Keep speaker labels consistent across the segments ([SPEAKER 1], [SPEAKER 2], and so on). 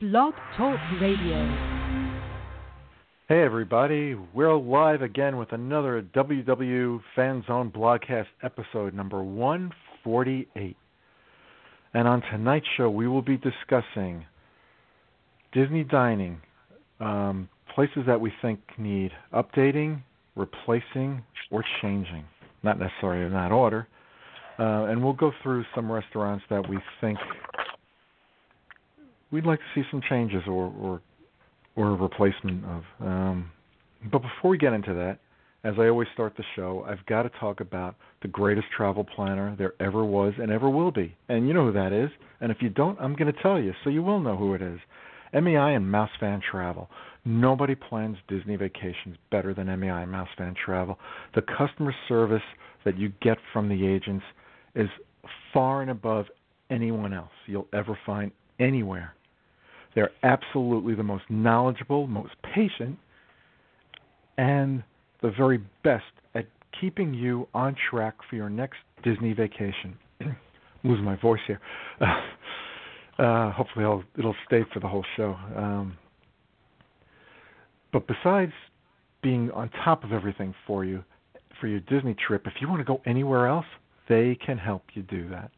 [SPEAKER 1] Blog Talk Radio.
[SPEAKER 2] Hey everybody, we're live again with another WW Fan Zone Blogcast episode number 148. And on tonight's show, we will be discussing Disney dining, um, places that we think need updating, replacing, or changing. Not necessarily in that order. Uh, and we'll go through some restaurants that we think we'd like to see some changes or, or or a replacement of. Um, but before we get into that, as I always start the show, I've got to talk about the greatest travel planner there ever was and ever will be. And you know who that is. And if you don't, I'm going to tell you, so you will know who it is. MEI and Mouse Fan Travel. Nobody plans Disney vacations better than MEI and Mouse Fan Travel. The customer service that you get from the agents is far and above anyone else you'll ever find anywhere. They're absolutely the most knowledgeable, most patient, and the very best at keeping you on track for your next Disney vacation. Losing my voice here. Uh, uh, hopefully, I'll, it'll stay for the whole show. Um, but besides being on top of everything for you for your Disney trip, if you want to go anywhere else, they can help you do that.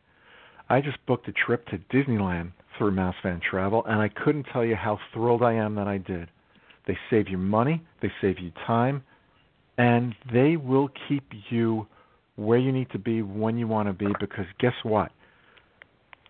[SPEAKER 2] I just booked a trip to Disneyland through Mouse Fan Travel, and I couldn't tell you how thrilled I am that I did. They save you money, they save you time, and they will keep you where you need to be when you want to be because guess what?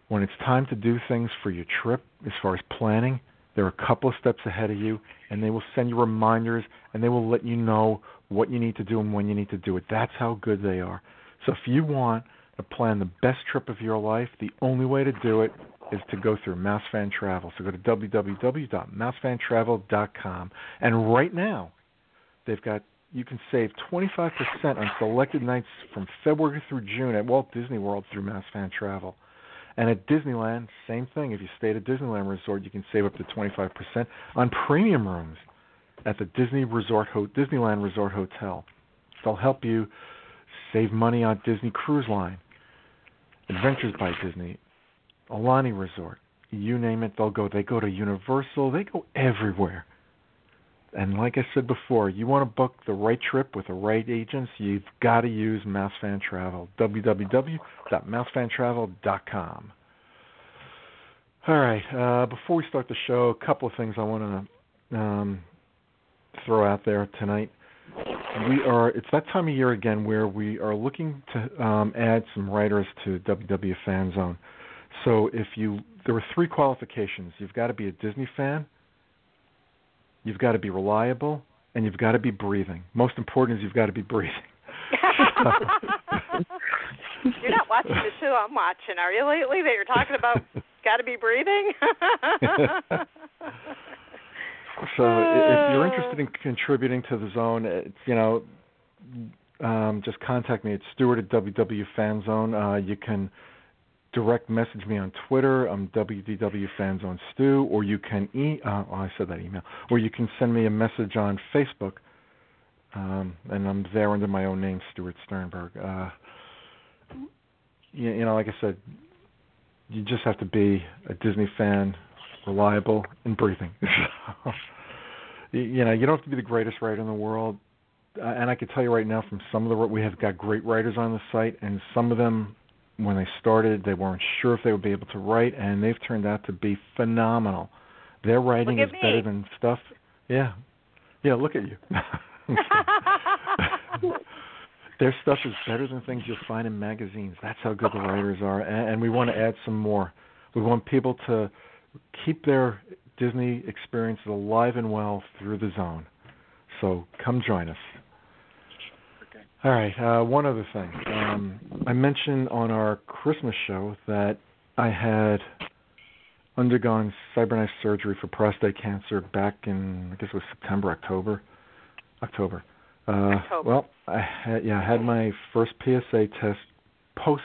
[SPEAKER 2] When it's time to do things for your trip, as far as planning, they're a couple of steps ahead of you, and they will send you reminders and they will let you know what you need to do and when you need to do it. That's how good they are. So if you want to plan the best trip of your life, the only way to do it is to go through Mouse Fan Travel. So go to www.mousefantravel.com, and right now they've got you can save 25% on selected nights from February through June at Walt Disney World through Mouse Fan Travel. And at Disneyland, same thing. If you stay at a Disneyland resort, you can save up to 25% on premium rooms at the Disney Resort Ho- Disneyland Resort Hotel. They'll help you save money on Disney Cruise Line, Adventures by Disney, Alani Resort, you name it, they'll go. They go to Universal, they go everywhere. And like I said before, you want to book the right trip with the right agents, you've got to use MouseFan Travel. www.mousefantravel.com. All right, uh, before we start the show, a couple of things I want to um, throw out there tonight we are it's that time of year again where we are looking to um, add some writers to WW Fan Zone. So if you there are three qualifications. You've got to be a Disney fan, you've got to be reliable, and you've got to be breathing. Most important is you've got to be breathing.
[SPEAKER 3] You're not watching the show I'm watching, are you lately? That you're talking about got to be breathing.
[SPEAKER 2] So if you're interested in contributing to the zone, it's, you know, um, just contact me. It's Stuart at WW Fan Zone. Uh, you can direct message me on Twitter. I'm WDW Fan Zone Stu, or you can e- uh, oh, I said that email, or you can send me a message on Facebook. Um, and I'm there under my own name, Stuart Sternberg. Uh, you, you know, like I said, you just have to be a Disney fan reliable, and breathing. so, you know, you don't have to be the greatest writer in the world. Uh, and I can tell you right now from some of the we have got great writers on the site, and some of them, when they started, they weren't sure if they would be able to write, and they've turned out to be phenomenal. Their writing
[SPEAKER 3] Look
[SPEAKER 2] is
[SPEAKER 3] at me.
[SPEAKER 2] better than stuff. Yeah, yeah. Look at you. Their stuff is better than things you'll find in magazines. That's how good the writers are, and, and we want to add some more. We want people to keep their Disney experiences alive and well through the zone. So come join us. All right. Uh, one other thing. Um, I mentioned on our Christmas show that I had undergone cyberknife surgery for prostate cancer back in I guess it was September, October, October. Uh,
[SPEAKER 3] October.
[SPEAKER 2] Well, I had, yeah, I had my first PSA test post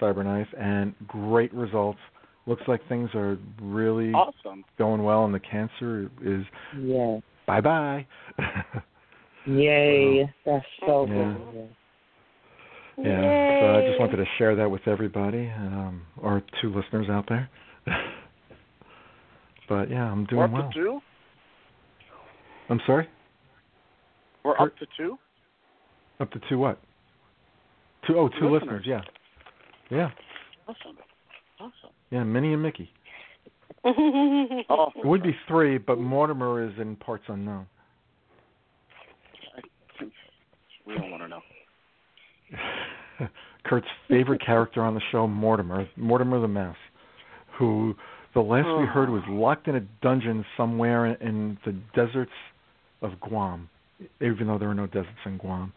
[SPEAKER 2] cyberknife, and great results. Looks like things are really
[SPEAKER 4] Awesome.
[SPEAKER 2] going well, and the cancer is
[SPEAKER 5] Yes.
[SPEAKER 2] bye bye.
[SPEAKER 5] Yay. That's so
[SPEAKER 2] Yeah.
[SPEAKER 5] good.
[SPEAKER 2] yeah, so I just wanted to share that with everybody, um, our two listeners out there. but yeah, I'm doing
[SPEAKER 4] We're up
[SPEAKER 2] well.
[SPEAKER 4] to two.
[SPEAKER 2] I'm sorry.
[SPEAKER 4] We're up to two.
[SPEAKER 2] Up to two what? Two oh two
[SPEAKER 4] Listeners.
[SPEAKER 2] listeners, yeah. Yeah.
[SPEAKER 4] Awesome. Awesome.
[SPEAKER 2] Yeah, Minnie and Mickey.
[SPEAKER 4] Oh,
[SPEAKER 2] It would be three, but Mortimer is in parts unknown.
[SPEAKER 4] we don't want to know.
[SPEAKER 2] Kurt's favorite character on the show, Mortimer, Mortimer the Mouse, who the last we heard was
[SPEAKER 4] Oh.
[SPEAKER 2] locked in a dungeon somewhere in, in the deserts of Guam, even though there are no deserts in Guam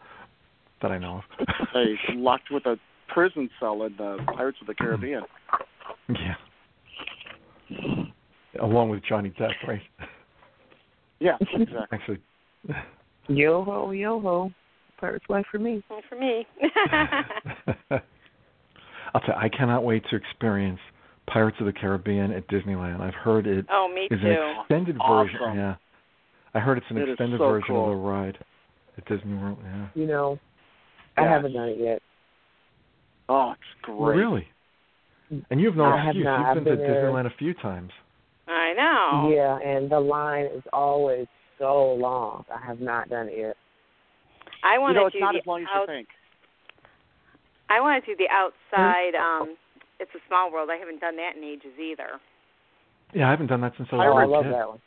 [SPEAKER 2] that I know of.
[SPEAKER 4] Hey, locked with a prison cell in the Pirates of the Caribbean.
[SPEAKER 2] yeah. Along with Johnny Depp, right?
[SPEAKER 4] Yeah, exactly.
[SPEAKER 2] Actually,
[SPEAKER 5] Yo ho, yo ho. Pirate's life for me.
[SPEAKER 3] For me.
[SPEAKER 2] I'll tell you, I cannot wait to experience Pirates of the Caribbean at Disneyland. I've heard it
[SPEAKER 3] oh, me
[SPEAKER 2] is
[SPEAKER 3] too.
[SPEAKER 2] an extended
[SPEAKER 4] Awesome.
[SPEAKER 2] version. Yeah, I heard it's an
[SPEAKER 4] It is
[SPEAKER 2] extended
[SPEAKER 4] so
[SPEAKER 2] version
[SPEAKER 4] cool.
[SPEAKER 2] of the ride at Disney World. Yeah.
[SPEAKER 5] You know, I
[SPEAKER 4] Yeah.
[SPEAKER 5] haven't done it yet.
[SPEAKER 4] Oh, it's great.
[SPEAKER 2] Really? And you have no
[SPEAKER 5] I have
[SPEAKER 2] excuse.
[SPEAKER 5] not.
[SPEAKER 2] You've
[SPEAKER 5] I've
[SPEAKER 2] been to
[SPEAKER 5] been there.
[SPEAKER 2] Disneyland a few times.
[SPEAKER 3] I know.
[SPEAKER 5] Yeah, and the line is always so long. I have not done it yet.
[SPEAKER 3] I
[SPEAKER 4] You
[SPEAKER 3] want
[SPEAKER 4] know,
[SPEAKER 3] to
[SPEAKER 4] it's
[SPEAKER 3] do
[SPEAKER 4] not
[SPEAKER 3] the
[SPEAKER 4] as long as you
[SPEAKER 3] out-
[SPEAKER 4] think.
[SPEAKER 3] I want to do the outside.
[SPEAKER 2] Mm-hmm.
[SPEAKER 3] Um, it's a small world. I haven't done that in ages either.
[SPEAKER 2] Yeah, I haven't done that since I
[SPEAKER 5] Oh,
[SPEAKER 2] was
[SPEAKER 5] I
[SPEAKER 2] a little
[SPEAKER 5] love
[SPEAKER 2] kid.
[SPEAKER 5] that one.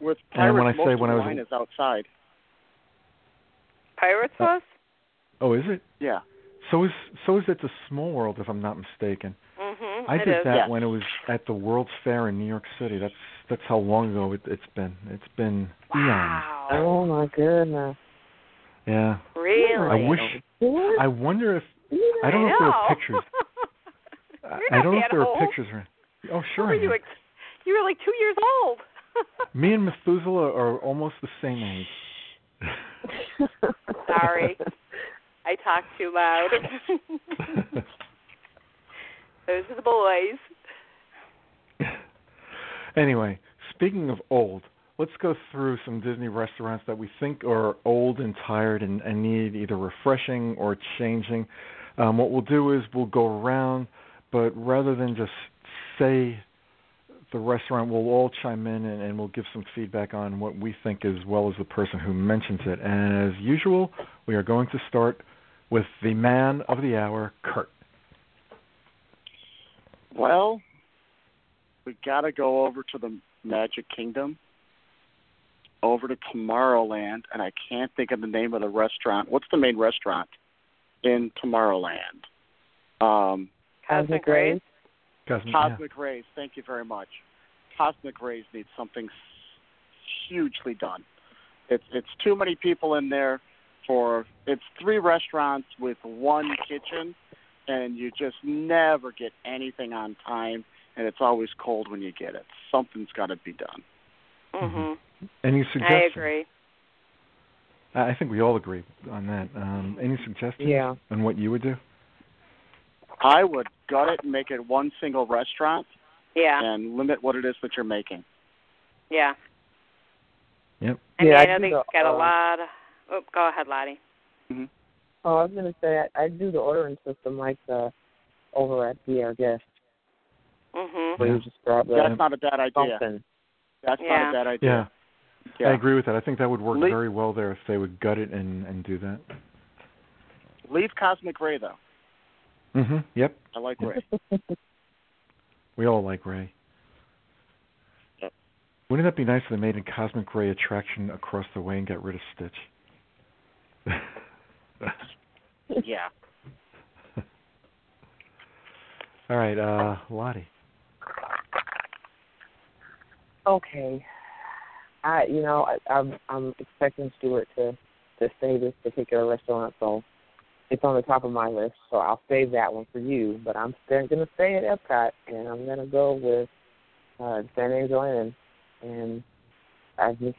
[SPEAKER 4] With Pirates,
[SPEAKER 2] And when I say
[SPEAKER 4] most of
[SPEAKER 2] when I
[SPEAKER 4] the
[SPEAKER 2] was-
[SPEAKER 4] line is outside.
[SPEAKER 3] Pirates
[SPEAKER 2] Uh,
[SPEAKER 3] was.
[SPEAKER 2] Oh, is it?
[SPEAKER 4] Yeah.
[SPEAKER 2] So is so is it the Small World, if I'm not mistaken.
[SPEAKER 3] Mm-hmm.
[SPEAKER 2] I
[SPEAKER 3] it
[SPEAKER 2] did
[SPEAKER 3] is.
[SPEAKER 2] that
[SPEAKER 4] Yeah.
[SPEAKER 2] when it was at the World's Fair in New York City. That's that's how long ago it, it's been. It's been eons.
[SPEAKER 3] Wow.
[SPEAKER 5] Oh my goodness.
[SPEAKER 2] Yeah.
[SPEAKER 3] Really?
[SPEAKER 2] I wish.
[SPEAKER 5] What?
[SPEAKER 2] I wonder if I don't know, if there
[SPEAKER 3] know.
[SPEAKER 2] are pictures. I-
[SPEAKER 3] You're
[SPEAKER 2] I
[SPEAKER 3] not
[SPEAKER 2] don't know if
[SPEAKER 3] that
[SPEAKER 2] there
[SPEAKER 3] old.
[SPEAKER 2] are pictures. Around. Oh, sure.
[SPEAKER 3] Were
[SPEAKER 2] I
[SPEAKER 3] you,
[SPEAKER 2] am.
[SPEAKER 3] like, you were like two years old.
[SPEAKER 2] Me and Methuselah are almost the same age.
[SPEAKER 3] Sorry. I talked too loud. Those are the boys.
[SPEAKER 2] anyway, speaking of old, let's go through some Disney restaurants that we think are old and tired and, and need either refreshing or changing. Um, what we'll do is we'll go around, but rather than just say the restaurant, we'll all chime in and, and we'll give some feedback on what we think as well as the person who mentions it. And as usual, we are going to start with the man of the hour, Kurt.
[SPEAKER 4] Well, we got to go over to the Magic Kingdom, over to Tomorrowland, and I can't think of the name of the restaurant. What's the main restaurant in Tomorrowland? Um,
[SPEAKER 5] Cosmic
[SPEAKER 3] Rays.
[SPEAKER 5] Rays.
[SPEAKER 2] Cosmic, yeah.
[SPEAKER 4] Cosmic Rays. Thank you very much. Cosmic Rays needs something s- hugely done. It's it's too many people in there for it's three restaurants with one kitchen, and you just never get anything on time, and it's always cold when you get it. Something's got to be done.
[SPEAKER 3] Mhm.
[SPEAKER 4] Mm-hmm.
[SPEAKER 2] Any
[SPEAKER 3] I
[SPEAKER 2] suggestions?
[SPEAKER 3] agree.
[SPEAKER 2] I I think we all agree on that. Um, any suggestions
[SPEAKER 5] Yeah.
[SPEAKER 2] on what you would do?
[SPEAKER 4] I would gut it and make it one single restaurant,
[SPEAKER 3] Yeah.
[SPEAKER 4] and limit what it is that you're making.
[SPEAKER 3] Yeah.
[SPEAKER 2] Yep.
[SPEAKER 3] I mean,
[SPEAKER 5] Yeah,
[SPEAKER 3] I
[SPEAKER 5] I
[SPEAKER 3] know
[SPEAKER 5] do
[SPEAKER 3] they
[SPEAKER 5] the,
[SPEAKER 3] got a
[SPEAKER 5] uh,
[SPEAKER 3] lot. Of, oh, go ahead, Lottie.
[SPEAKER 5] Oh, I was gonna say I, I do the ordering system like the over at the air guest
[SPEAKER 3] Mhm.
[SPEAKER 5] where you just grab the
[SPEAKER 4] That's not a bad idea.
[SPEAKER 5] something.
[SPEAKER 4] That's
[SPEAKER 3] Yeah.
[SPEAKER 4] not a bad idea.
[SPEAKER 2] Yeah,
[SPEAKER 4] Yeah.
[SPEAKER 2] I agree with that. I think that would work
[SPEAKER 4] Le-
[SPEAKER 2] very well there if they would gut it and and do that.
[SPEAKER 4] Leave Cosmic Ray though.
[SPEAKER 2] hmm Yep.
[SPEAKER 4] I like Ray.
[SPEAKER 2] We all like Ray.
[SPEAKER 4] Yep.
[SPEAKER 2] Wouldn't that be nice if they made a cosmic ray attraction across the way and got rid of Stitch?
[SPEAKER 4] yeah.
[SPEAKER 2] all right, uh, Lottie.
[SPEAKER 5] Okay. I you know I, I'm I'm expecting Stuart to to say this particular restaurant, so It's on the top of my list, so I'll save that one for you. But I'm still going to stay at Epcot, and I'm going to go with uh, San Angel Inn. And I just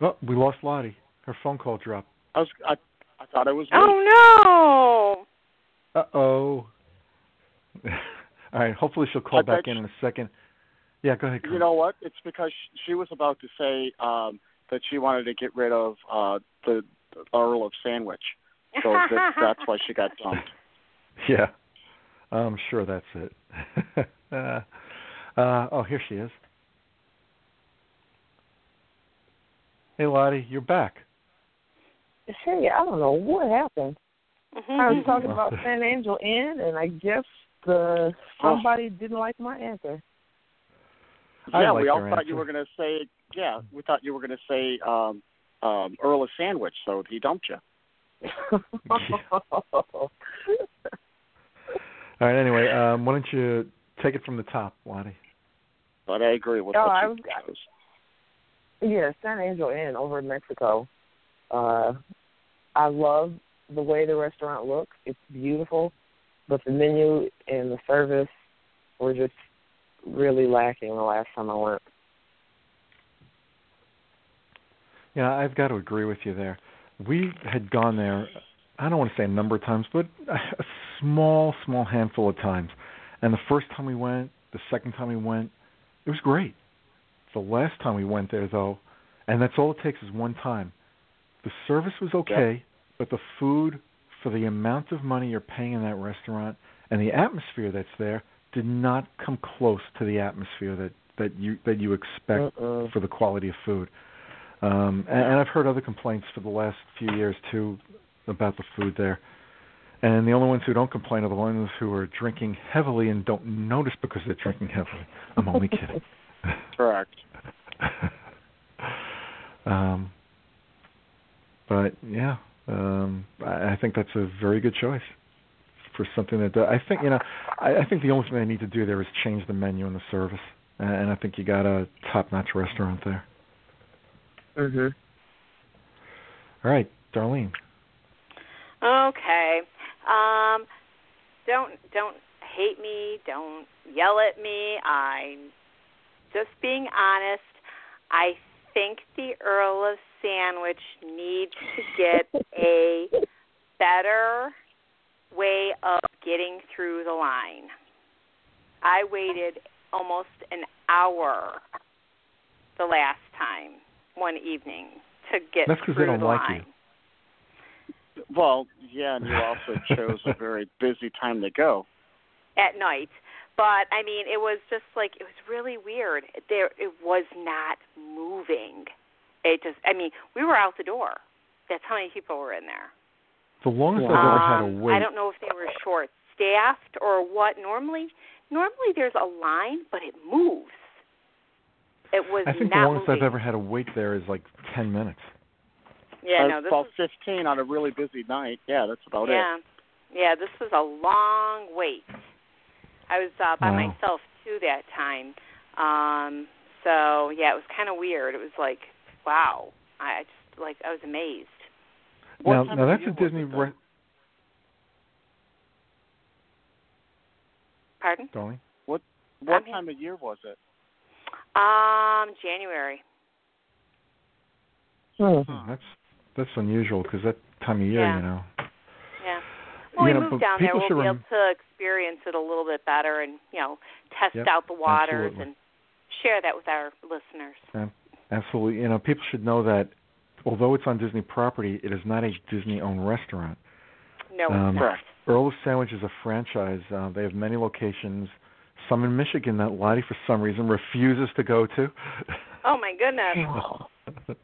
[SPEAKER 2] Oh, we lost Lottie. Her phone call dropped.
[SPEAKER 4] I was I, I thought I was. me.
[SPEAKER 3] Oh
[SPEAKER 2] Uh oh. All right. Hopefully she'll call
[SPEAKER 4] I
[SPEAKER 2] back
[SPEAKER 4] bet
[SPEAKER 2] in in a second. Yeah, go ahead. Carl.
[SPEAKER 4] You know what? It's because sh- she was about to say um, that she wanted to get rid of uh, the the Earl of Sandwich,
[SPEAKER 3] no.
[SPEAKER 4] so that, that's why she got dumped.
[SPEAKER 2] yeah, I'm sure that's it. uh, oh, here she is. Hey, Lottie, you're back.
[SPEAKER 5] hey, I don't know what happened. I
[SPEAKER 3] Mm-hmm.
[SPEAKER 5] was talking
[SPEAKER 2] Mhm.
[SPEAKER 5] about San Angel Inn, and I guess the somebody didn't like my answer.
[SPEAKER 2] I
[SPEAKER 4] yeah,
[SPEAKER 2] like
[SPEAKER 4] we all
[SPEAKER 2] her
[SPEAKER 4] thought
[SPEAKER 2] answer.
[SPEAKER 4] you were going to say. Yeah, we thought you were going to say um, um, Earl of Sandwich, so he dumped you.
[SPEAKER 2] All right. Anyway, um, why don't you take it from the top, Lottie?
[SPEAKER 4] But I agree with
[SPEAKER 5] No,
[SPEAKER 4] what
[SPEAKER 5] I
[SPEAKER 4] you
[SPEAKER 5] was-
[SPEAKER 4] chose.
[SPEAKER 5] yeah, San Angel Inn over in Mexico. Uh, I love the way the restaurant looks. It's beautiful, but the menu and the service were just really lacking the last time I went.
[SPEAKER 2] Yeah, I've got to agree with you there. We had gone there, I don't want to say a number of times, but a small, small handful of times. And the first time we went, the second time we went, it was great. The last time we went there, though, and that's all it takes is one time. The service was okay, but the food for the amount of money you're paying in that restaurant and the atmosphere that's there did not come close to the atmosphere that that you that you expect
[SPEAKER 5] Mm-mm.
[SPEAKER 2] for the quality of food. Um, and, and I've heard other complaints for the last few years too about the food there. And the only ones who don't complain are the ones who are drinking heavily and don't notice because they're drinking heavily. I'm only kidding.
[SPEAKER 4] Correct.
[SPEAKER 2] um, but yeah, um, I, I think that's a very good choice for something that I think you know. I, I think the only thing they need to do there is change the menu and the service, and, and I think you got a top-notch restaurant there.
[SPEAKER 5] Mhm.
[SPEAKER 2] All right, Darlene.
[SPEAKER 3] Okay. Um, don't don't hate me. Don't yell at me. I'm just being honest. I think the Earl of Sandwich needs to get a better way of getting through the line. I waited almost an hour the last time one evening to get
[SPEAKER 2] That's 'cause they
[SPEAKER 3] through
[SPEAKER 2] don't
[SPEAKER 3] the
[SPEAKER 2] like you.
[SPEAKER 3] line.
[SPEAKER 4] Well, yeah, and you also chose a very busy time to go.
[SPEAKER 3] at night. But I mean, it was just like it was really weird. There, it was not moving. It just, I mean, we were out the door. That's how many people were in there.
[SPEAKER 2] The longest I've ever had
[SPEAKER 3] Um,
[SPEAKER 2] to wait.
[SPEAKER 3] I don't know if they were short staffed or what. Normally, normally there's a line, but it moves. It was
[SPEAKER 2] I think the
[SPEAKER 3] not
[SPEAKER 2] longest
[SPEAKER 3] moving.
[SPEAKER 2] I've ever had to wait there is like ten minutes.
[SPEAKER 3] yeah,
[SPEAKER 4] I
[SPEAKER 3] no, this
[SPEAKER 4] felt
[SPEAKER 3] was,
[SPEAKER 4] 15 on a really busy night. Yeah, that's about it.
[SPEAKER 3] yeah, yeah, this was a long wait. I was uh, by
[SPEAKER 2] Wow.
[SPEAKER 3] myself too that time. Um, so yeah, it was kind of weird. It was like, wow, I I just like I was amazed.
[SPEAKER 4] What
[SPEAKER 2] now,
[SPEAKER 4] time
[SPEAKER 2] now
[SPEAKER 4] of
[SPEAKER 2] that's
[SPEAKER 4] year was
[SPEAKER 2] a Disney.
[SPEAKER 4] it, though?
[SPEAKER 2] Re-
[SPEAKER 3] Pardon?
[SPEAKER 2] Darlene.
[SPEAKER 4] What
[SPEAKER 3] I'm here.
[SPEAKER 4] time of year was it?
[SPEAKER 3] Um, January.
[SPEAKER 5] Hmm.
[SPEAKER 2] Hmm, that's that's unusual because that time of year,
[SPEAKER 3] Yeah.
[SPEAKER 2] you know.
[SPEAKER 3] Yeah. Well,
[SPEAKER 2] you
[SPEAKER 3] we
[SPEAKER 2] know, but
[SPEAKER 3] moved down there.
[SPEAKER 2] people
[SPEAKER 3] We'll
[SPEAKER 2] should
[SPEAKER 3] be able
[SPEAKER 2] rem-
[SPEAKER 3] to experience it a little bit better, and you know, test
[SPEAKER 2] Yep,
[SPEAKER 3] out the waters
[SPEAKER 2] absolutely.
[SPEAKER 3] and share that with our listeners.
[SPEAKER 2] Absolutely. You know, people should know that although it's on Disney property, it is not a Disney owned restaurant.
[SPEAKER 3] No,
[SPEAKER 2] Um,
[SPEAKER 3] it's not.
[SPEAKER 2] Earl of Sandwich is a franchise. Uh, they have many locations, some in Michigan that Lottie, for some reason, refuses to go to.
[SPEAKER 3] Oh my goodness.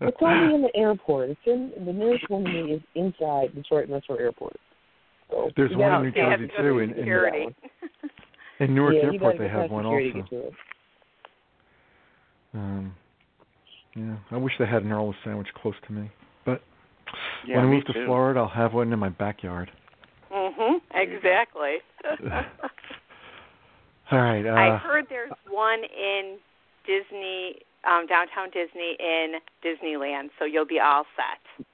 [SPEAKER 5] It's only in the airport. It's in the nearest one to me is inside Detroit Metro Airport. So
[SPEAKER 2] There's
[SPEAKER 5] you
[SPEAKER 2] one
[SPEAKER 5] gotta-
[SPEAKER 2] in New
[SPEAKER 3] You have
[SPEAKER 2] Jersey,
[SPEAKER 3] to go to
[SPEAKER 2] too, in- uh, in-
[SPEAKER 3] security.
[SPEAKER 2] In Newark
[SPEAKER 5] yeah, you gotta
[SPEAKER 2] Airport, they
[SPEAKER 5] get
[SPEAKER 2] have
[SPEAKER 5] past
[SPEAKER 2] one
[SPEAKER 5] security
[SPEAKER 2] also.
[SPEAKER 5] To get to it.
[SPEAKER 2] Um, yeah, I wish they had an Earl of Sandwich close to me. But
[SPEAKER 4] Yeah,
[SPEAKER 2] when I
[SPEAKER 4] me
[SPEAKER 2] move to
[SPEAKER 4] too.
[SPEAKER 2] Florida, I'll have one in my backyard.
[SPEAKER 3] mhm. Exactly.
[SPEAKER 2] All right. Uh,
[SPEAKER 3] I heard there's one in Disney um, downtown Disney in Disneyland, so you'll be all set.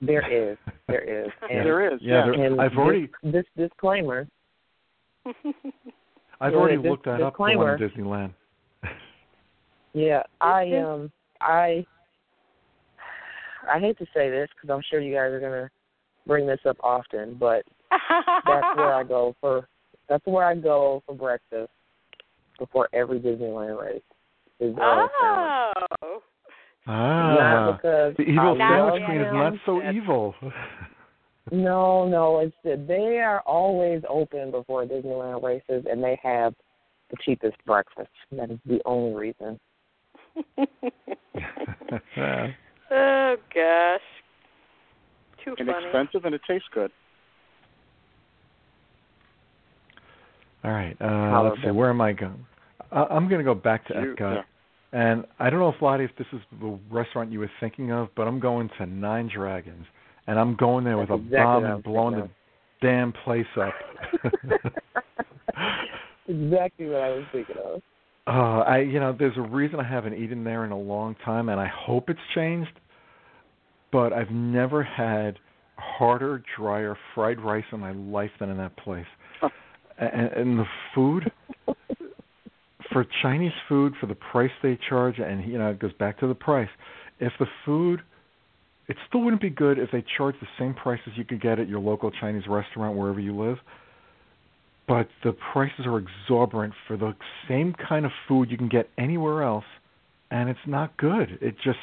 [SPEAKER 5] There is, there is, and,
[SPEAKER 4] There is.
[SPEAKER 2] Yeah,
[SPEAKER 4] Yeah.
[SPEAKER 2] there-
[SPEAKER 5] and
[SPEAKER 2] I've
[SPEAKER 5] this-
[SPEAKER 2] already-
[SPEAKER 5] this disclaimer.
[SPEAKER 2] I've
[SPEAKER 5] Yeah,
[SPEAKER 2] already
[SPEAKER 5] dis-
[SPEAKER 2] looked that up. The one
[SPEAKER 5] disclaimer.
[SPEAKER 2] in Disneyland.
[SPEAKER 5] Yeah, I
[SPEAKER 3] Mhm.
[SPEAKER 5] um, I I hate to say this because I'm sure you guys are gonna bring this up often, but that's where I go for that's where I go for breakfast before every Disneyland race. Is Earl's Sandwich.
[SPEAKER 3] oh.
[SPEAKER 2] Ah,
[SPEAKER 5] Not because
[SPEAKER 2] the evil
[SPEAKER 5] I love
[SPEAKER 2] sandwich queen is
[SPEAKER 5] them.
[SPEAKER 2] not so
[SPEAKER 3] Yes.
[SPEAKER 2] evil.
[SPEAKER 5] No, no, it's that they are always open before Disneyland races, and they have the cheapest breakfast. That is the only reason.
[SPEAKER 3] oh gosh. Too funny.
[SPEAKER 4] Inexpensive and it tastes good.
[SPEAKER 2] All right, uh,
[SPEAKER 5] However.
[SPEAKER 2] let's see. Where am I going? Uh, I'm going to go back to
[SPEAKER 4] You-
[SPEAKER 2] Epcot,
[SPEAKER 4] yeah.
[SPEAKER 2] and I don't know if Lottie, if this is the restaurant you were thinking of, but I'm going to Nine Dragons, and I'm going there with
[SPEAKER 5] That's
[SPEAKER 2] a
[SPEAKER 5] exactly
[SPEAKER 2] bomb
[SPEAKER 5] what I
[SPEAKER 2] and
[SPEAKER 5] was
[SPEAKER 2] blowing the
[SPEAKER 5] thinking
[SPEAKER 2] damn place up.
[SPEAKER 5] exactly what I was thinking of.
[SPEAKER 2] uh, I, you know, there's a reason I haven't eaten there in a long time, and I hope it's changed. But I've never had harder, drier fried rice in my life than in that place, and, and the food. for Chinese food for the price they charge, and you know it goes back to the price. If the food, it still wouldn't be good if they charged the same price as you could get at your local Chinese restaurant wherever you live. But the prices are exorbitant for the same kind of food you can get anywhere else, and it's not good. It just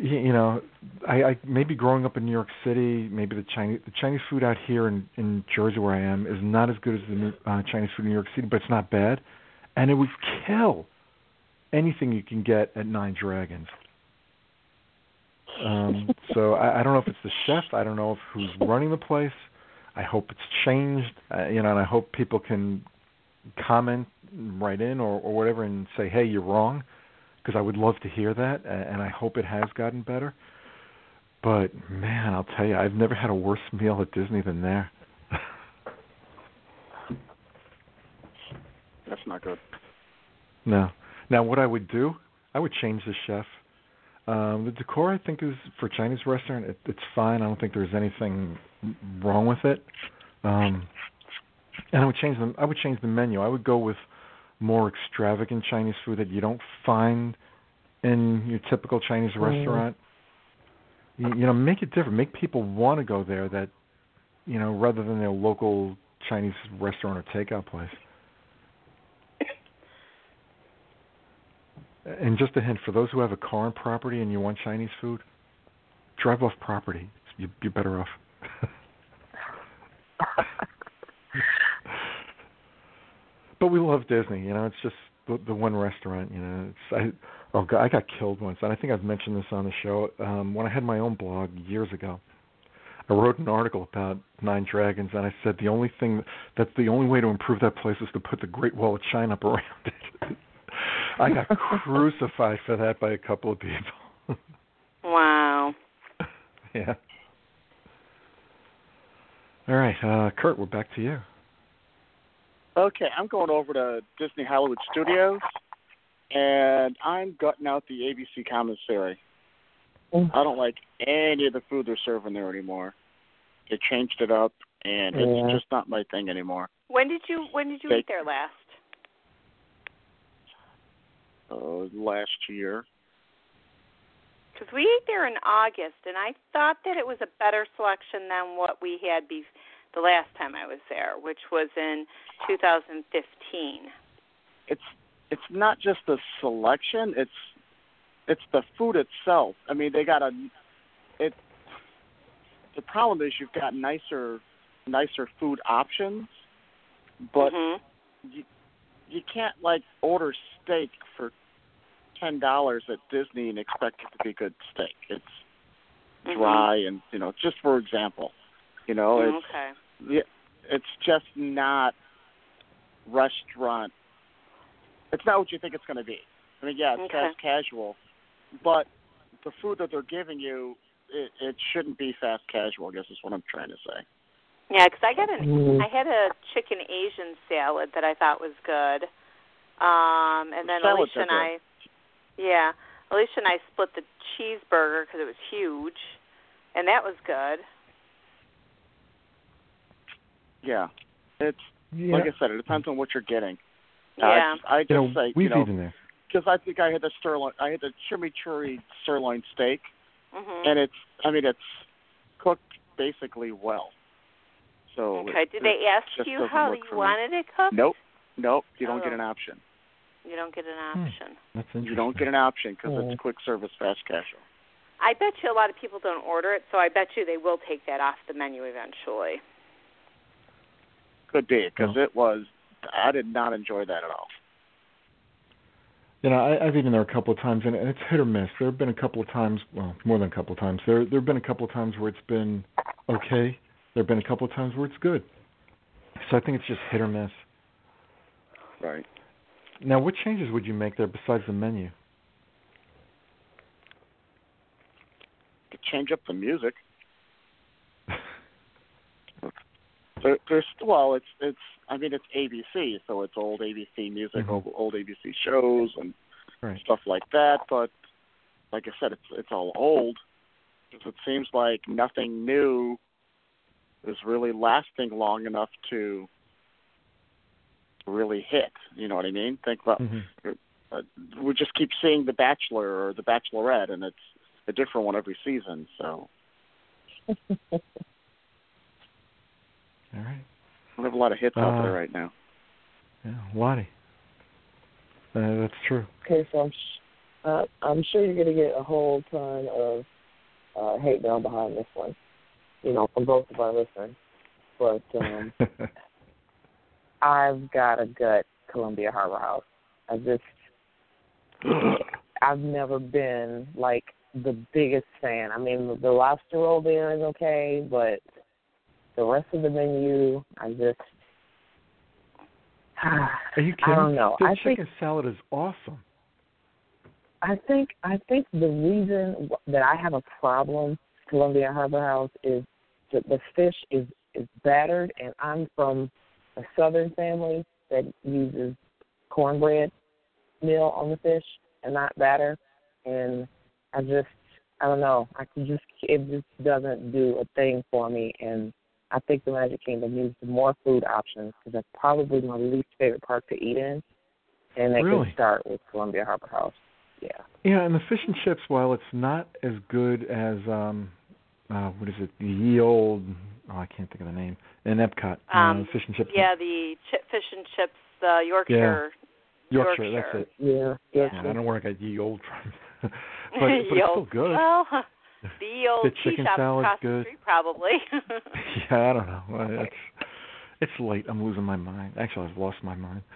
[SPEAKER 2] y- you know, I, I maybe growing up in New York City, maybe the Chinese the Chinese food out here in in Jersey where I am is not as good as the New- uh, Chinese food in New York City, but it's not bad and it would kill anything you can get at Nine Dragons. Um, so I, I don't know if it's the chef. I don't know if who's running the place. I hope it's changed. Uh, you know, and I hope people can comment, write in, or, or whatever, and say, "Hey, you're wrong," because I would love to hear that, a- and I hope it has gotten better. But man, I'll tell you, I've never had a worse meal at Disney than there.
[SPEAKER 4] That's not good.
[SPEAKER 2] No. Now, what I would do, I would change the chef. Um, the decor, I think, is for Chinese restaurant. It, it's fine. I don't think there's anything wrong with it. Um, and I would change them. I would change the menu. I would go with more extravagant Chinese food that you don't find in your typical Chinese restaurant. You, you know, make it different. Make people want to go there. That you know, rather than their local Chinese restaurant or takeout place. And just a hint for those who have a car and property and you want Chinese food, drive off property. You, you're better off. but we love Disney. You know, it's just the, the one restaurant. You know, it's I oh god, I got killed once, and I think I've mentioned this on the show. Um, when I had my own blog years ago, I wrote an article about Nine Dragons, and I said the only thing that's the only way to improve that place is to put the Great Wall of China up around it. I got crucified for that by a couple of people.
[SPEAKER 3] Wow.
[SPEAKER 2] yeah. All right, uh, Kurt, we're back to you.
[SPEAKER 4] Okay, I'm going over to Disney Hollywood Studios, and I'm gutting out the ABC commissary.
[SPEAKER 5] Mm.
[SPEAKER 4] I don't like any of the food they're serving there anymore. They changed it up, and it's
[SPEAKER 5] Yeah.
[SPEAKER 4] just not my thing anymore.
[SPEAKER 3] When did you when did you
[SPEAKER 4] They-
[SPEAKER 3] eat there last?
[SPEAKER 4] Uh, last year,
[SPEAKER 3] Because we ate there in August, and I thought that it was a better selection than what we had be- the last time I was there, which was in 2015.
[SPEAKER 4] it's it's not just the selection; it's it's the food itself. I mean, they got a it. The problem is you've got nicer nicer food options, but
[SPEAKER 3] Mhm.
[SPEAKER 4] you you can't like order steak for ten dollars at Disney and expect it to be good steak. It's
[SPEAKER 3] Mhm.
[SPEAKER 4] dry and you know, just for example, you know,
[SPEAKER 3] Mm,
[SPEAKER 4] Oh, it's
[SPEAKER 3] okay.
[SPEAKER 4] yeah, it's just not restaurant. It's not what you think it's going to be. I mean, yeah, it's
[SPEAKER 3] Okay.
[SPEAKER 4] fast casual, but the food that they're giving you, it, it shouldn't be fast casual. I guess is what I'm trying to say.
[SPEAKER 3] Yeah, because I got an
[SPEAKER 5] Mm.
[SPEAKER 3] I had a chicken Asian salad that I thought was good. Um, and then
[SPEAKER 4] Salads
[SPEAKER 3] Alicia and
[SPEAKER 4] are
[SPEAKER 3] I, Yeah, Alicia and I split the cheeseburger because it was huge, and that was good.
[SPEAKER 4] Yeah, it's
[SPEAKER 2] Yeah.
[SPEAKER 4] like I said, it depends on what you're getting.
[SPEAKER 3] Yeah,
[SPEAKER 4] I, I just
[SPEAKER 2] you know,
[SPEAKER 4] say
[SPEAKER 2] we've
[SPEAKER 4] you know
[SPEAKER 2] eaten there.
[SPEAKER 4] because I think I had the sirloin, I had the chimichurri sirloin steak,
[SPEAKER 3] mhm.
[SPEAKER 4] and it's I mean it's cooked basically well. So
[SPEAKER 3] Okay.
[SPEAKER 4] it-
[SPEAKER 3] Did
[SPEAKER 4] it
[SPEAKER 3] they ask
[SPEAKER 4] just
[SPEAKER 3] you
[SPEAKER 4] doesn't
[SPEAKER 3] how
[SPEAKER 4] work
[SPEAKER 3] you
[SPEAKER 4] for me.
[SPEAKER 3] wanted it cooked?
[SPEAKER 4] Nope, nope. You don't
[SPEAKER 3] Oh.
[SPEAKER 4] get an option.
[SPEAKER 3] You don't get an
[SPEAKER 2] Hmm.
[SPEAKER 3] option.
[SPEAKER 2] That's
[SPEAKER 4] You don't
[SPEAKER 2] interesting.
[SPEAKER 4] get an option because
[SPEAKER 5] Yeah.
[SPEAKER 4] it's quick service fast casual.
[SPEAKER 3] I bet you a lot of people don't order it, so I bet you they will take that off the menu eventually.
[SPEAKER 4] Could be because
[SPEAKER 2] No.
[SPEAKER 4] it was. I did not enjoy that at all.
[SPEAKER 2] You know, I, I've eaten there a couple of times, and it's hit or miss. There have been a couple of times, well, more than a couple of times. There, there have been a couple of times where it's been okay. There have been a couple of times where it's good. So I think it's just hit or miss.
[SPEAKER 4] Right.
[SPEAKER 2] Now, what changes would you make there besides the menu?
[SPEAKER 4] Could change up the music. There, there's well, it's it's. I mean, it's ABC, so it's old ABC music,
[SPEAKER 2] Mhm.
[SPEAKER 4] old, old ABC shows, and
[SPEAKER 2] Right.
[SPEAKER 4] stuff like that. But like I said, it's it's all old. 'Cause it seems like nothing new is really lasting long enough to really hit. You know what I mean? Think about
[SPEAKER 2] Mhm.
[SPEAKER 4] uh, we just keep seeing The Bachelor or The Bachelorette, and it's a different one every season. So
[SPEAKER 2] All right.
[SPEAKER 4] we have a lot of hits out
[SPEAKER 2] Uh,
[SPEAKER 4] there right now.
[SPEAKER 2] Yeah, Lottie. Uh, that's true.
[SPEAKER 5] Okay, so I'm, sh- uh, I'm sure you're going to get a whole ton of uh, hate mail behind this one, you know, from both of our listeners. But um, I've got a gut Columbia Harbor House. I just, I've never been like the biggest fan. I mean, the lobster roll there is okay, but the rest of the menu, I just,
[SPEAKER 2] Are you kidding?
[SPEAKER 5] I don't know.
[SPEAKER 2] Their
[SPEAKER 5] I think
[SPEAKER 2] chicken salad is awesome.
[SPEAKER 5] I think I think the reason wh- that I have a problem Columbia Harbor House is that the fish is is battered, and I'm from a southern family that uses cornbread meal on the fish and not batter, and I just I don't know. I can just it just doesn't do a thing for me, and I think the Magic Kingdom needs more food options because that's probably my least favorite park to eat in, and that
[SPEAKER 2] Really?
[SPEAKER 5] can start with Columbia Harbor House. Yeah.
[SPEAKER 2] Yeah, and the fish and chips, while it's not as good as um uh what is it, the ye old oh I can't think of the name. In Epcot. uh,
[SPEAKER 3] Um,
[SPEAKER 2] fish and chips. in
[SPEAKER 3] Yeah, the chi- fish and chips, uh, Yorkshire.
[SPEAKER 2] Yorkshire,
[SPEAKER 3] Yorkshire.
[SPEAKER 2] that's it.
[SPEAKER 5] Yeah,
[SPEAKER 3] Yeah.
[SPEAKER 2] Yeah,
[SPEAKER 5] that's
[SPEAKER 2] I
[SPEAKER 5] it.
[SPEAKER 2] don't know where I got ye old from. but but it's
[SPEAKER 3] Yo.
[SPEAKER 2] still good.
[SPEAKER 5] Ah.
[SPEAKER 3] Well, the old
[SPEAKER 2] The
[SPEAKER 3] tea
[SPEAKER 2] chicken
[SPEAKER 3] shop
[SPEAKER 2] salad's
[SPEAKER 3] across the
[SPEAKER 2] good.
[SPEAKER 3] street, probably.
[SPEAKER 2] yeah, I don't know. Uh, It's it's late. I'm losing my mind. Actually I've lost my mind.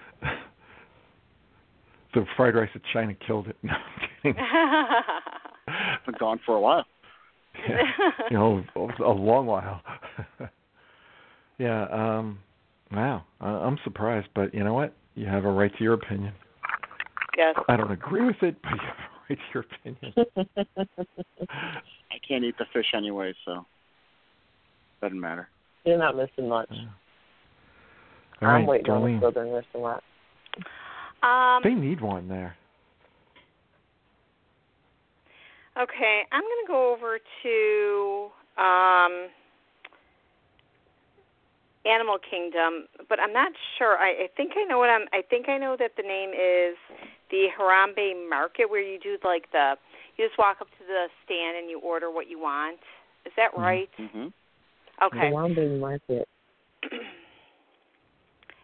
[SPEAKER 2] the fried rice at China killed it. No, I'm kidding.
[SPEAKER 4] Been gone for a while.
[SPEAKER 2] Yeah. you know, a a long while. yeah. Um, wow. I, I'm surprised, but you know what? You have a right to your opinion.
[SPEAKER 3] yes.
[SPEAKER 2] I don't agree with it, but you have a right to your opinion.
[SPEAKER 4] I can't eat the fish anyway, so doesn't matter.
[SPEAKER 5] You're not missing much.
[SPEAKER 2] All
[SPEAKER 5] I'm
[SPEAKER 2] right,
[SPEAKER 5] waiting
[SPEAKER 2] Darlene.
[SPEAKER 5] on the Southern restaurant.
[SPEAKER 3] Um,
[SPEAKER 2] They need one there.
[SPEAKER 3] Okay, I'm going to go over to um, Animal Kingdom, but I'm not sure. I, I think I know what I'm. I think I know that the name is the Harambe Market, where you do like the. You just walk up to the stand and you order what you want. Is that
[SPEAKER 2] Mhm.
[SPEAKER 3] right?
[SPEAKER 4] hmm
[SPEAKER 3] Okay.
[SPEAKER 5] The Wambi Market.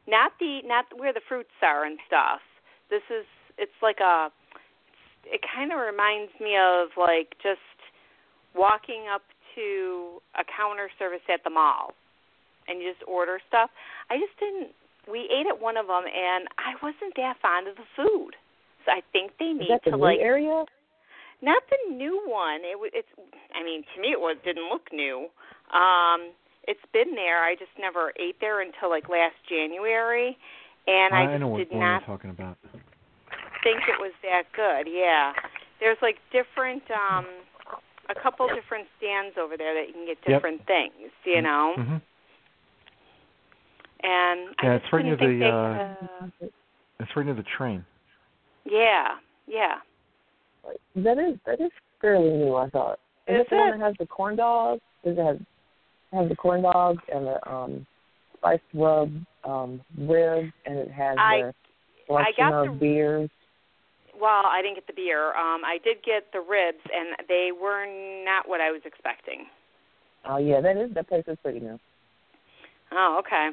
[SPEAKER 3] not the not where the fruits are and stuff. This is it's like a it kind of reminds me of like just walking up to a counter service at the mall and you just order stuff. I just didn't we ate at one of them and I wasn't that fond of the food. So I think they
[SPEAKER 5] Is
[SPEAKER 3] need
[SPEAKER 5] that the
[SPEAKER 3] to
[SPEAKER 5] new
[SPEAKER 3] like
[SPEAKER 5] area?
[SPEAKER 3] not the new one. It wa- it's I mean to me it was didn't look new. Um it's been there. I just never ate there until like last January and I,
[SPEAKER 2] I
[SPEAKER 3] just
[SPEAKER 2] know what
[SPEAKER 3] did
[SPEAKER 2] one
[SPEAKER 3] not
[SPEAKER 2] you're talking about.
[SPEAKER 3] think it was that good. Yeah. There's like different um a couple different stands over there that you can get
[SPEAKER 2] Yep.
[SPEAKER 3] different things, you know.
[SPEAKER 2] hmm
[SPEAKER 3] And I
[SPEAKER 2] Yeah,
[SPEAKER 3] just
[SPEAKER 2] it's right near
[SPEAKER 3] didn't think
[SPEAKER 2] the, uh,
[SPEAKER 3] they had a-
[SPEAKER 2] It's right near the train.
[SPEAKER 3] Yeah, yeah.
[SPEAKER 5] Like, that is that is fairly new, I thought. Is
[SPEAKER 3] Is
[SPEAKER 5] it the one
[SPEAKER 3] it?
[SPEAKER 5] that has the corn dogs? Does it have has the corn dogs and the um spiced rub um ribs and it has
[SPEAKER 3] I-
[SPEAKER 5] the selection
[SPEAKER 3] got
[SPEAKER 5] of
[SPEAKER 3] the-
[SPEAKER 5] beers.
[SPEAKER 3] Well, I didn't get the beer. Um, I did get the ribs, and they were not what I was expecting.
[SPEAKER 5] Oh yeah, that is that place is pretty new.
[SPEAKER 3] Oh, okay.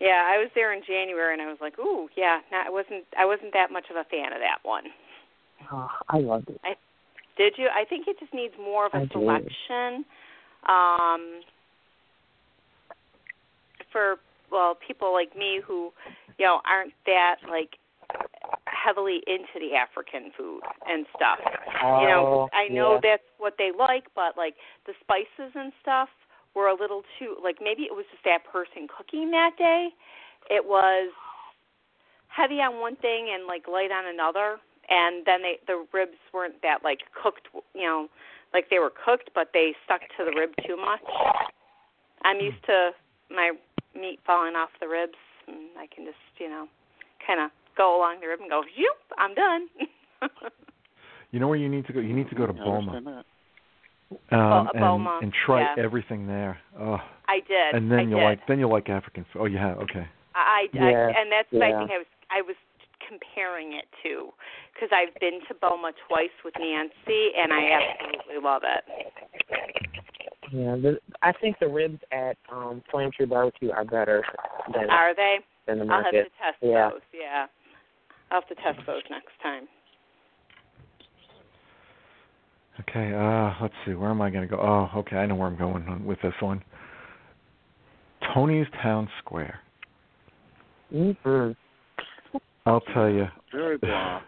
[SPEAKER 3] Yeah, I was there in January, and I was like, "Ooh, yeah." Not, I wasn't. I wasn't that much of a fan of that one.
[SPEAKER 5] Oh, I loved it.
[SPEAKER 3] Did you? I think it just needs more of a
[SPEAKER 5] I do.
[SPEAKER 3] selection um, for well people like me who you know aren't that like heavily into the African food and stuff. you know,
[SPEAKER 5] Oh,
[SPEAKER 3] I know
[SPEAKER 5] yeah.
[SPEAKER 3] that's what they like, but like the spices and stuff were a little too like maybe it was just that person cooking that day. It was heavy on one thing and like light on another, and then they the ribs weren't that like cooked, you know, like they were cooked, but they stuck to the rib too much. I'm used to my meat falling off the ribs, and I can just you know kind of go along the rib and go, "Yoop, I'm done."
[SPEAKER 2] You know where you need to go? You need to go to
[SPEAKER 4] I
[SPEAKER 2] Boma.
[SPEAKER 4] understand that.
[SPEAKER 2] Um,
[SPEAKER 3] uh,
[SPEAKER 2] and,
[SPEAKER 3] Boma,
[SPEAKER 2] and try
[SPEAKER 3] yeah.
[SPEAKER 2] everything there. Oh,
[SPEAKER 3] I did.
[SPEAKER 2] and then
[SPEAKER 3] I
[SPEAKER 2] you'll
[SPEAKER 3] did.
[SPEAKER 2] like then you'll like African food. Oh, you have okay.
[SPEAKER 3] I, I-
[SPEAKER 5] Yeah,
[SPEAKER 3] and that's what I
[SPEAKER 5] yeah.
[SPEAKER 3] think I was I was comparing it to because I've been to Boma twice with Nancy and I absolutely love it.
[SPEAKER 5] Yeah, the, I think the ribs at um Flame Tree Barbecue are better than
[SPEAKER 3] Are they?
[SPEAKER 5] than the
[SPEAKER 3] I'll have
[SPEAKER 5] market.
[SPEAKER 3] to test
[SPEAKER 5] Yeah.
[SPEAKER 3] those. Yeah, I'll have to test those next time.
[SPEAKER 2] Okay, uh, let's see. Where am I going to go? Oh, okay. I know where I'm going on- with this one. Tony's Town Square.
[SPEAKER 5] Mm-hmm.
[SPEAKER 2] I'll tell you.
[SPEAKER 4] Very blah.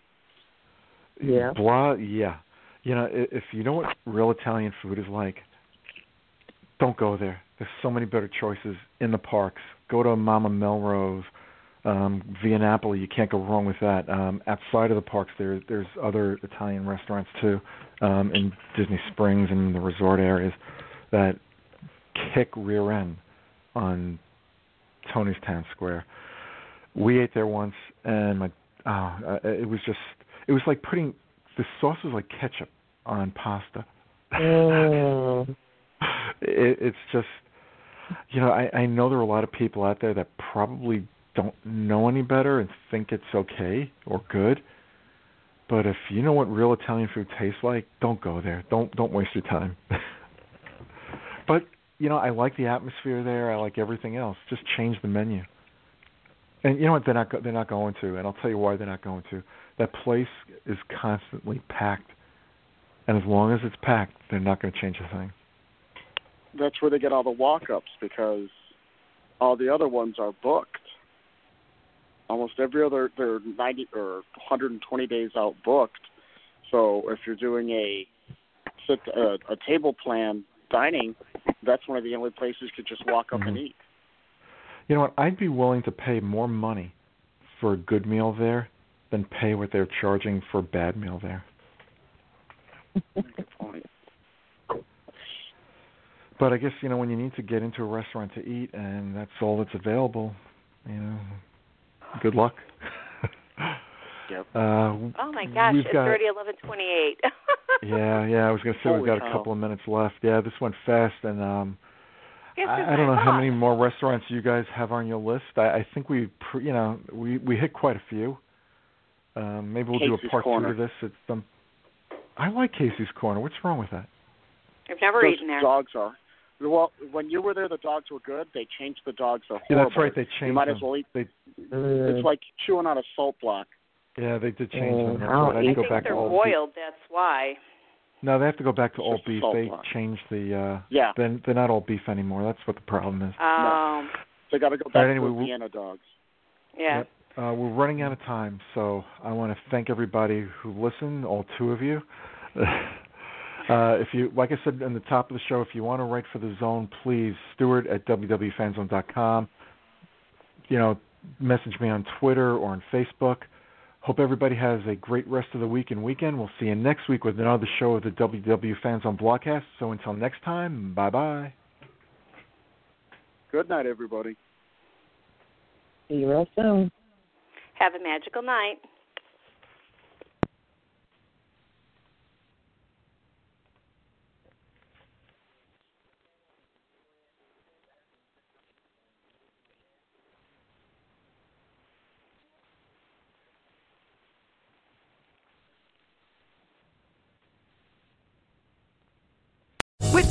[SPEAKER 5] Yeah.
[SPEAKER 2] Blah, yeah. You know, i- if you know what real Italian food is like, don't go there. There's so many better choices in the parks. Go to Mama Melrose, um, Via Napoli. You can't go wrong with that. Um, outside of the parks, there there's other Italian restaurants too, um, in Disney Springs and the resort areas that kick rear end on Tony's Town Square. We ate there once, and my oh, uh, it was just it was like putting the sauce was like ketchup on pasta.
[SPEAKER 5] Mm.
[SPEAKER 2] it, it's just you know I, I know there are a lot of people out there that probably don't know any better and think it's okay or good but if you know what real italian food tastes like don't go there don't don't waste your time but you know i like the atmosphere there i like everything else just change the menu and you know what they're not go- they're not going to and i'll tell you why they're not going to that place is constantly packed and as long as it's packed they're not going to change a thing
[SPEAKER 4] That's where they get all the walk-ups because all the other ones are booked. Almost every other they're 90 or 120 days out booked. So if you're doing a sit a, a table plan dining, that's one of the only places you could just walk up and
[SPEAKER 2] Mhm.
[SPEAKER 4] eat.
[SPEAKER 2] You know what? I'd be willing to pay more money for a good meal there than pay what they're charging for a bad meal there.
[SPEAKER 4] Good point.
[SPEAKER 2] But I guess you know when you need to get into a restaurant to eat and that's all that's available, you know, good luck.
[SPEAKER 4] Yep.
[SPEAKER 2] Uh,
[SPEAKER 3] Oh my gosh,
[SPEAKER 2] we've
[SPEAKER 3] it's
[SPEAKER 2] got,
[SPEAKER 3] already eleven twenty eight.
[SPEAKER 2] Yeah, yeah. I was gonna say we've
[SPEAKER 4] Holy
[SPEAKER 2] got a
[SPEAKER 4] cow.
[SPEAKER 2] couple of minutes left. Yeah, this went fast, and um, I, I don't know how many more restaurants you guys have on your list. I, I think we, pr- you know, we we hit quite a few. Um, maybe we'll do a
[SPEAKER 4] Casey's
[SPEAKER 2] part
[SPEAKER 4] Corner.
[SPEAKER 2] two to this. It's some. I like Casey's Corner. What's wrong with that?
[SPEAKER 3] I've never
[SPEAKER 4] Those
[SPEAKER 3] eaten there.
[SPEAKER 4] dogs are. Well, when you were there, the dogs were good. They changed the dogs. They're
[SPEAKER 2] Yeah, that's
[SPEAKER 4] horrible.
[SPEAKER 2] right. They changed.
[SPEAKER 4] You might as
[SPEAKER 2] them.
[SPEAKER 4] well eat.
[SPEAKER 2] They,
[SPEAKER 5] Uh,
[SPEAKER 4] It's like chewing on a salt block.
[SPEAKER 2] yeah, they did change
[SPEAKER 5] Mm,
[SPEAKER 2] them. That's
[SPEAKER 5] I don't
[SPEAKER 2] right. I
[SPEAKER 5] eat
[SPEAKER 2] had to
[SPEAKER 3] I
[SPEAKER 2] go
[SPEAKER 3] think
[SPEAKER 2] back
[SPEAKER 3] they're
[SPEAKER 2] to old beef.
[SPEAKER 3] boiled. That's why.
[SPEAKER 2] No, they have to go back to
[SPEAKER 4] It's
[SPEAKER 2] old
[SPEAKER 4] just a
[SPEAKER 2] beef.
[SPEAKER 4] salt
[SPEAKER 2] They
[SPEAKER 4] block.
[SPEAKER 2] changed the. uh
[SPEAKER 4] Yeah,
[SPEAKER 2] Then they're not all beef anymore. That's what the problem is.
[SPEAKER 3] Um,
[SPEAKER 4] they got to go
[SPEAKER 2] All
[SPEAKER 4] back
[SPEAKER 2] right, anyway,
[SPEAKER 4] to the
[SPEAKER 2] we'll-
[SPEAKER 4] Vienna dogs.
[SPEAKER 3] yeah.
[SPEAKER 2] Yep. Uh, we're running out of time, so I want to thank everybody who listened, all two of you. uh, if you, like I said in the top of the show, if you want to write for the Zone, please Stuart at www.fanzone.com. You know, message me on Twitter or on Facebook. Hope everybody has a great rest of the week and weekend. We'll see you next week with another show of the WW Fans on Blockcast. So until next time, bye bye.
[SPEAKER 4] Good night, everybody.
[SPEAKER 5] See you real soon.
[SPEAKER 3] Have a magical night.
[SPEAKER 6] With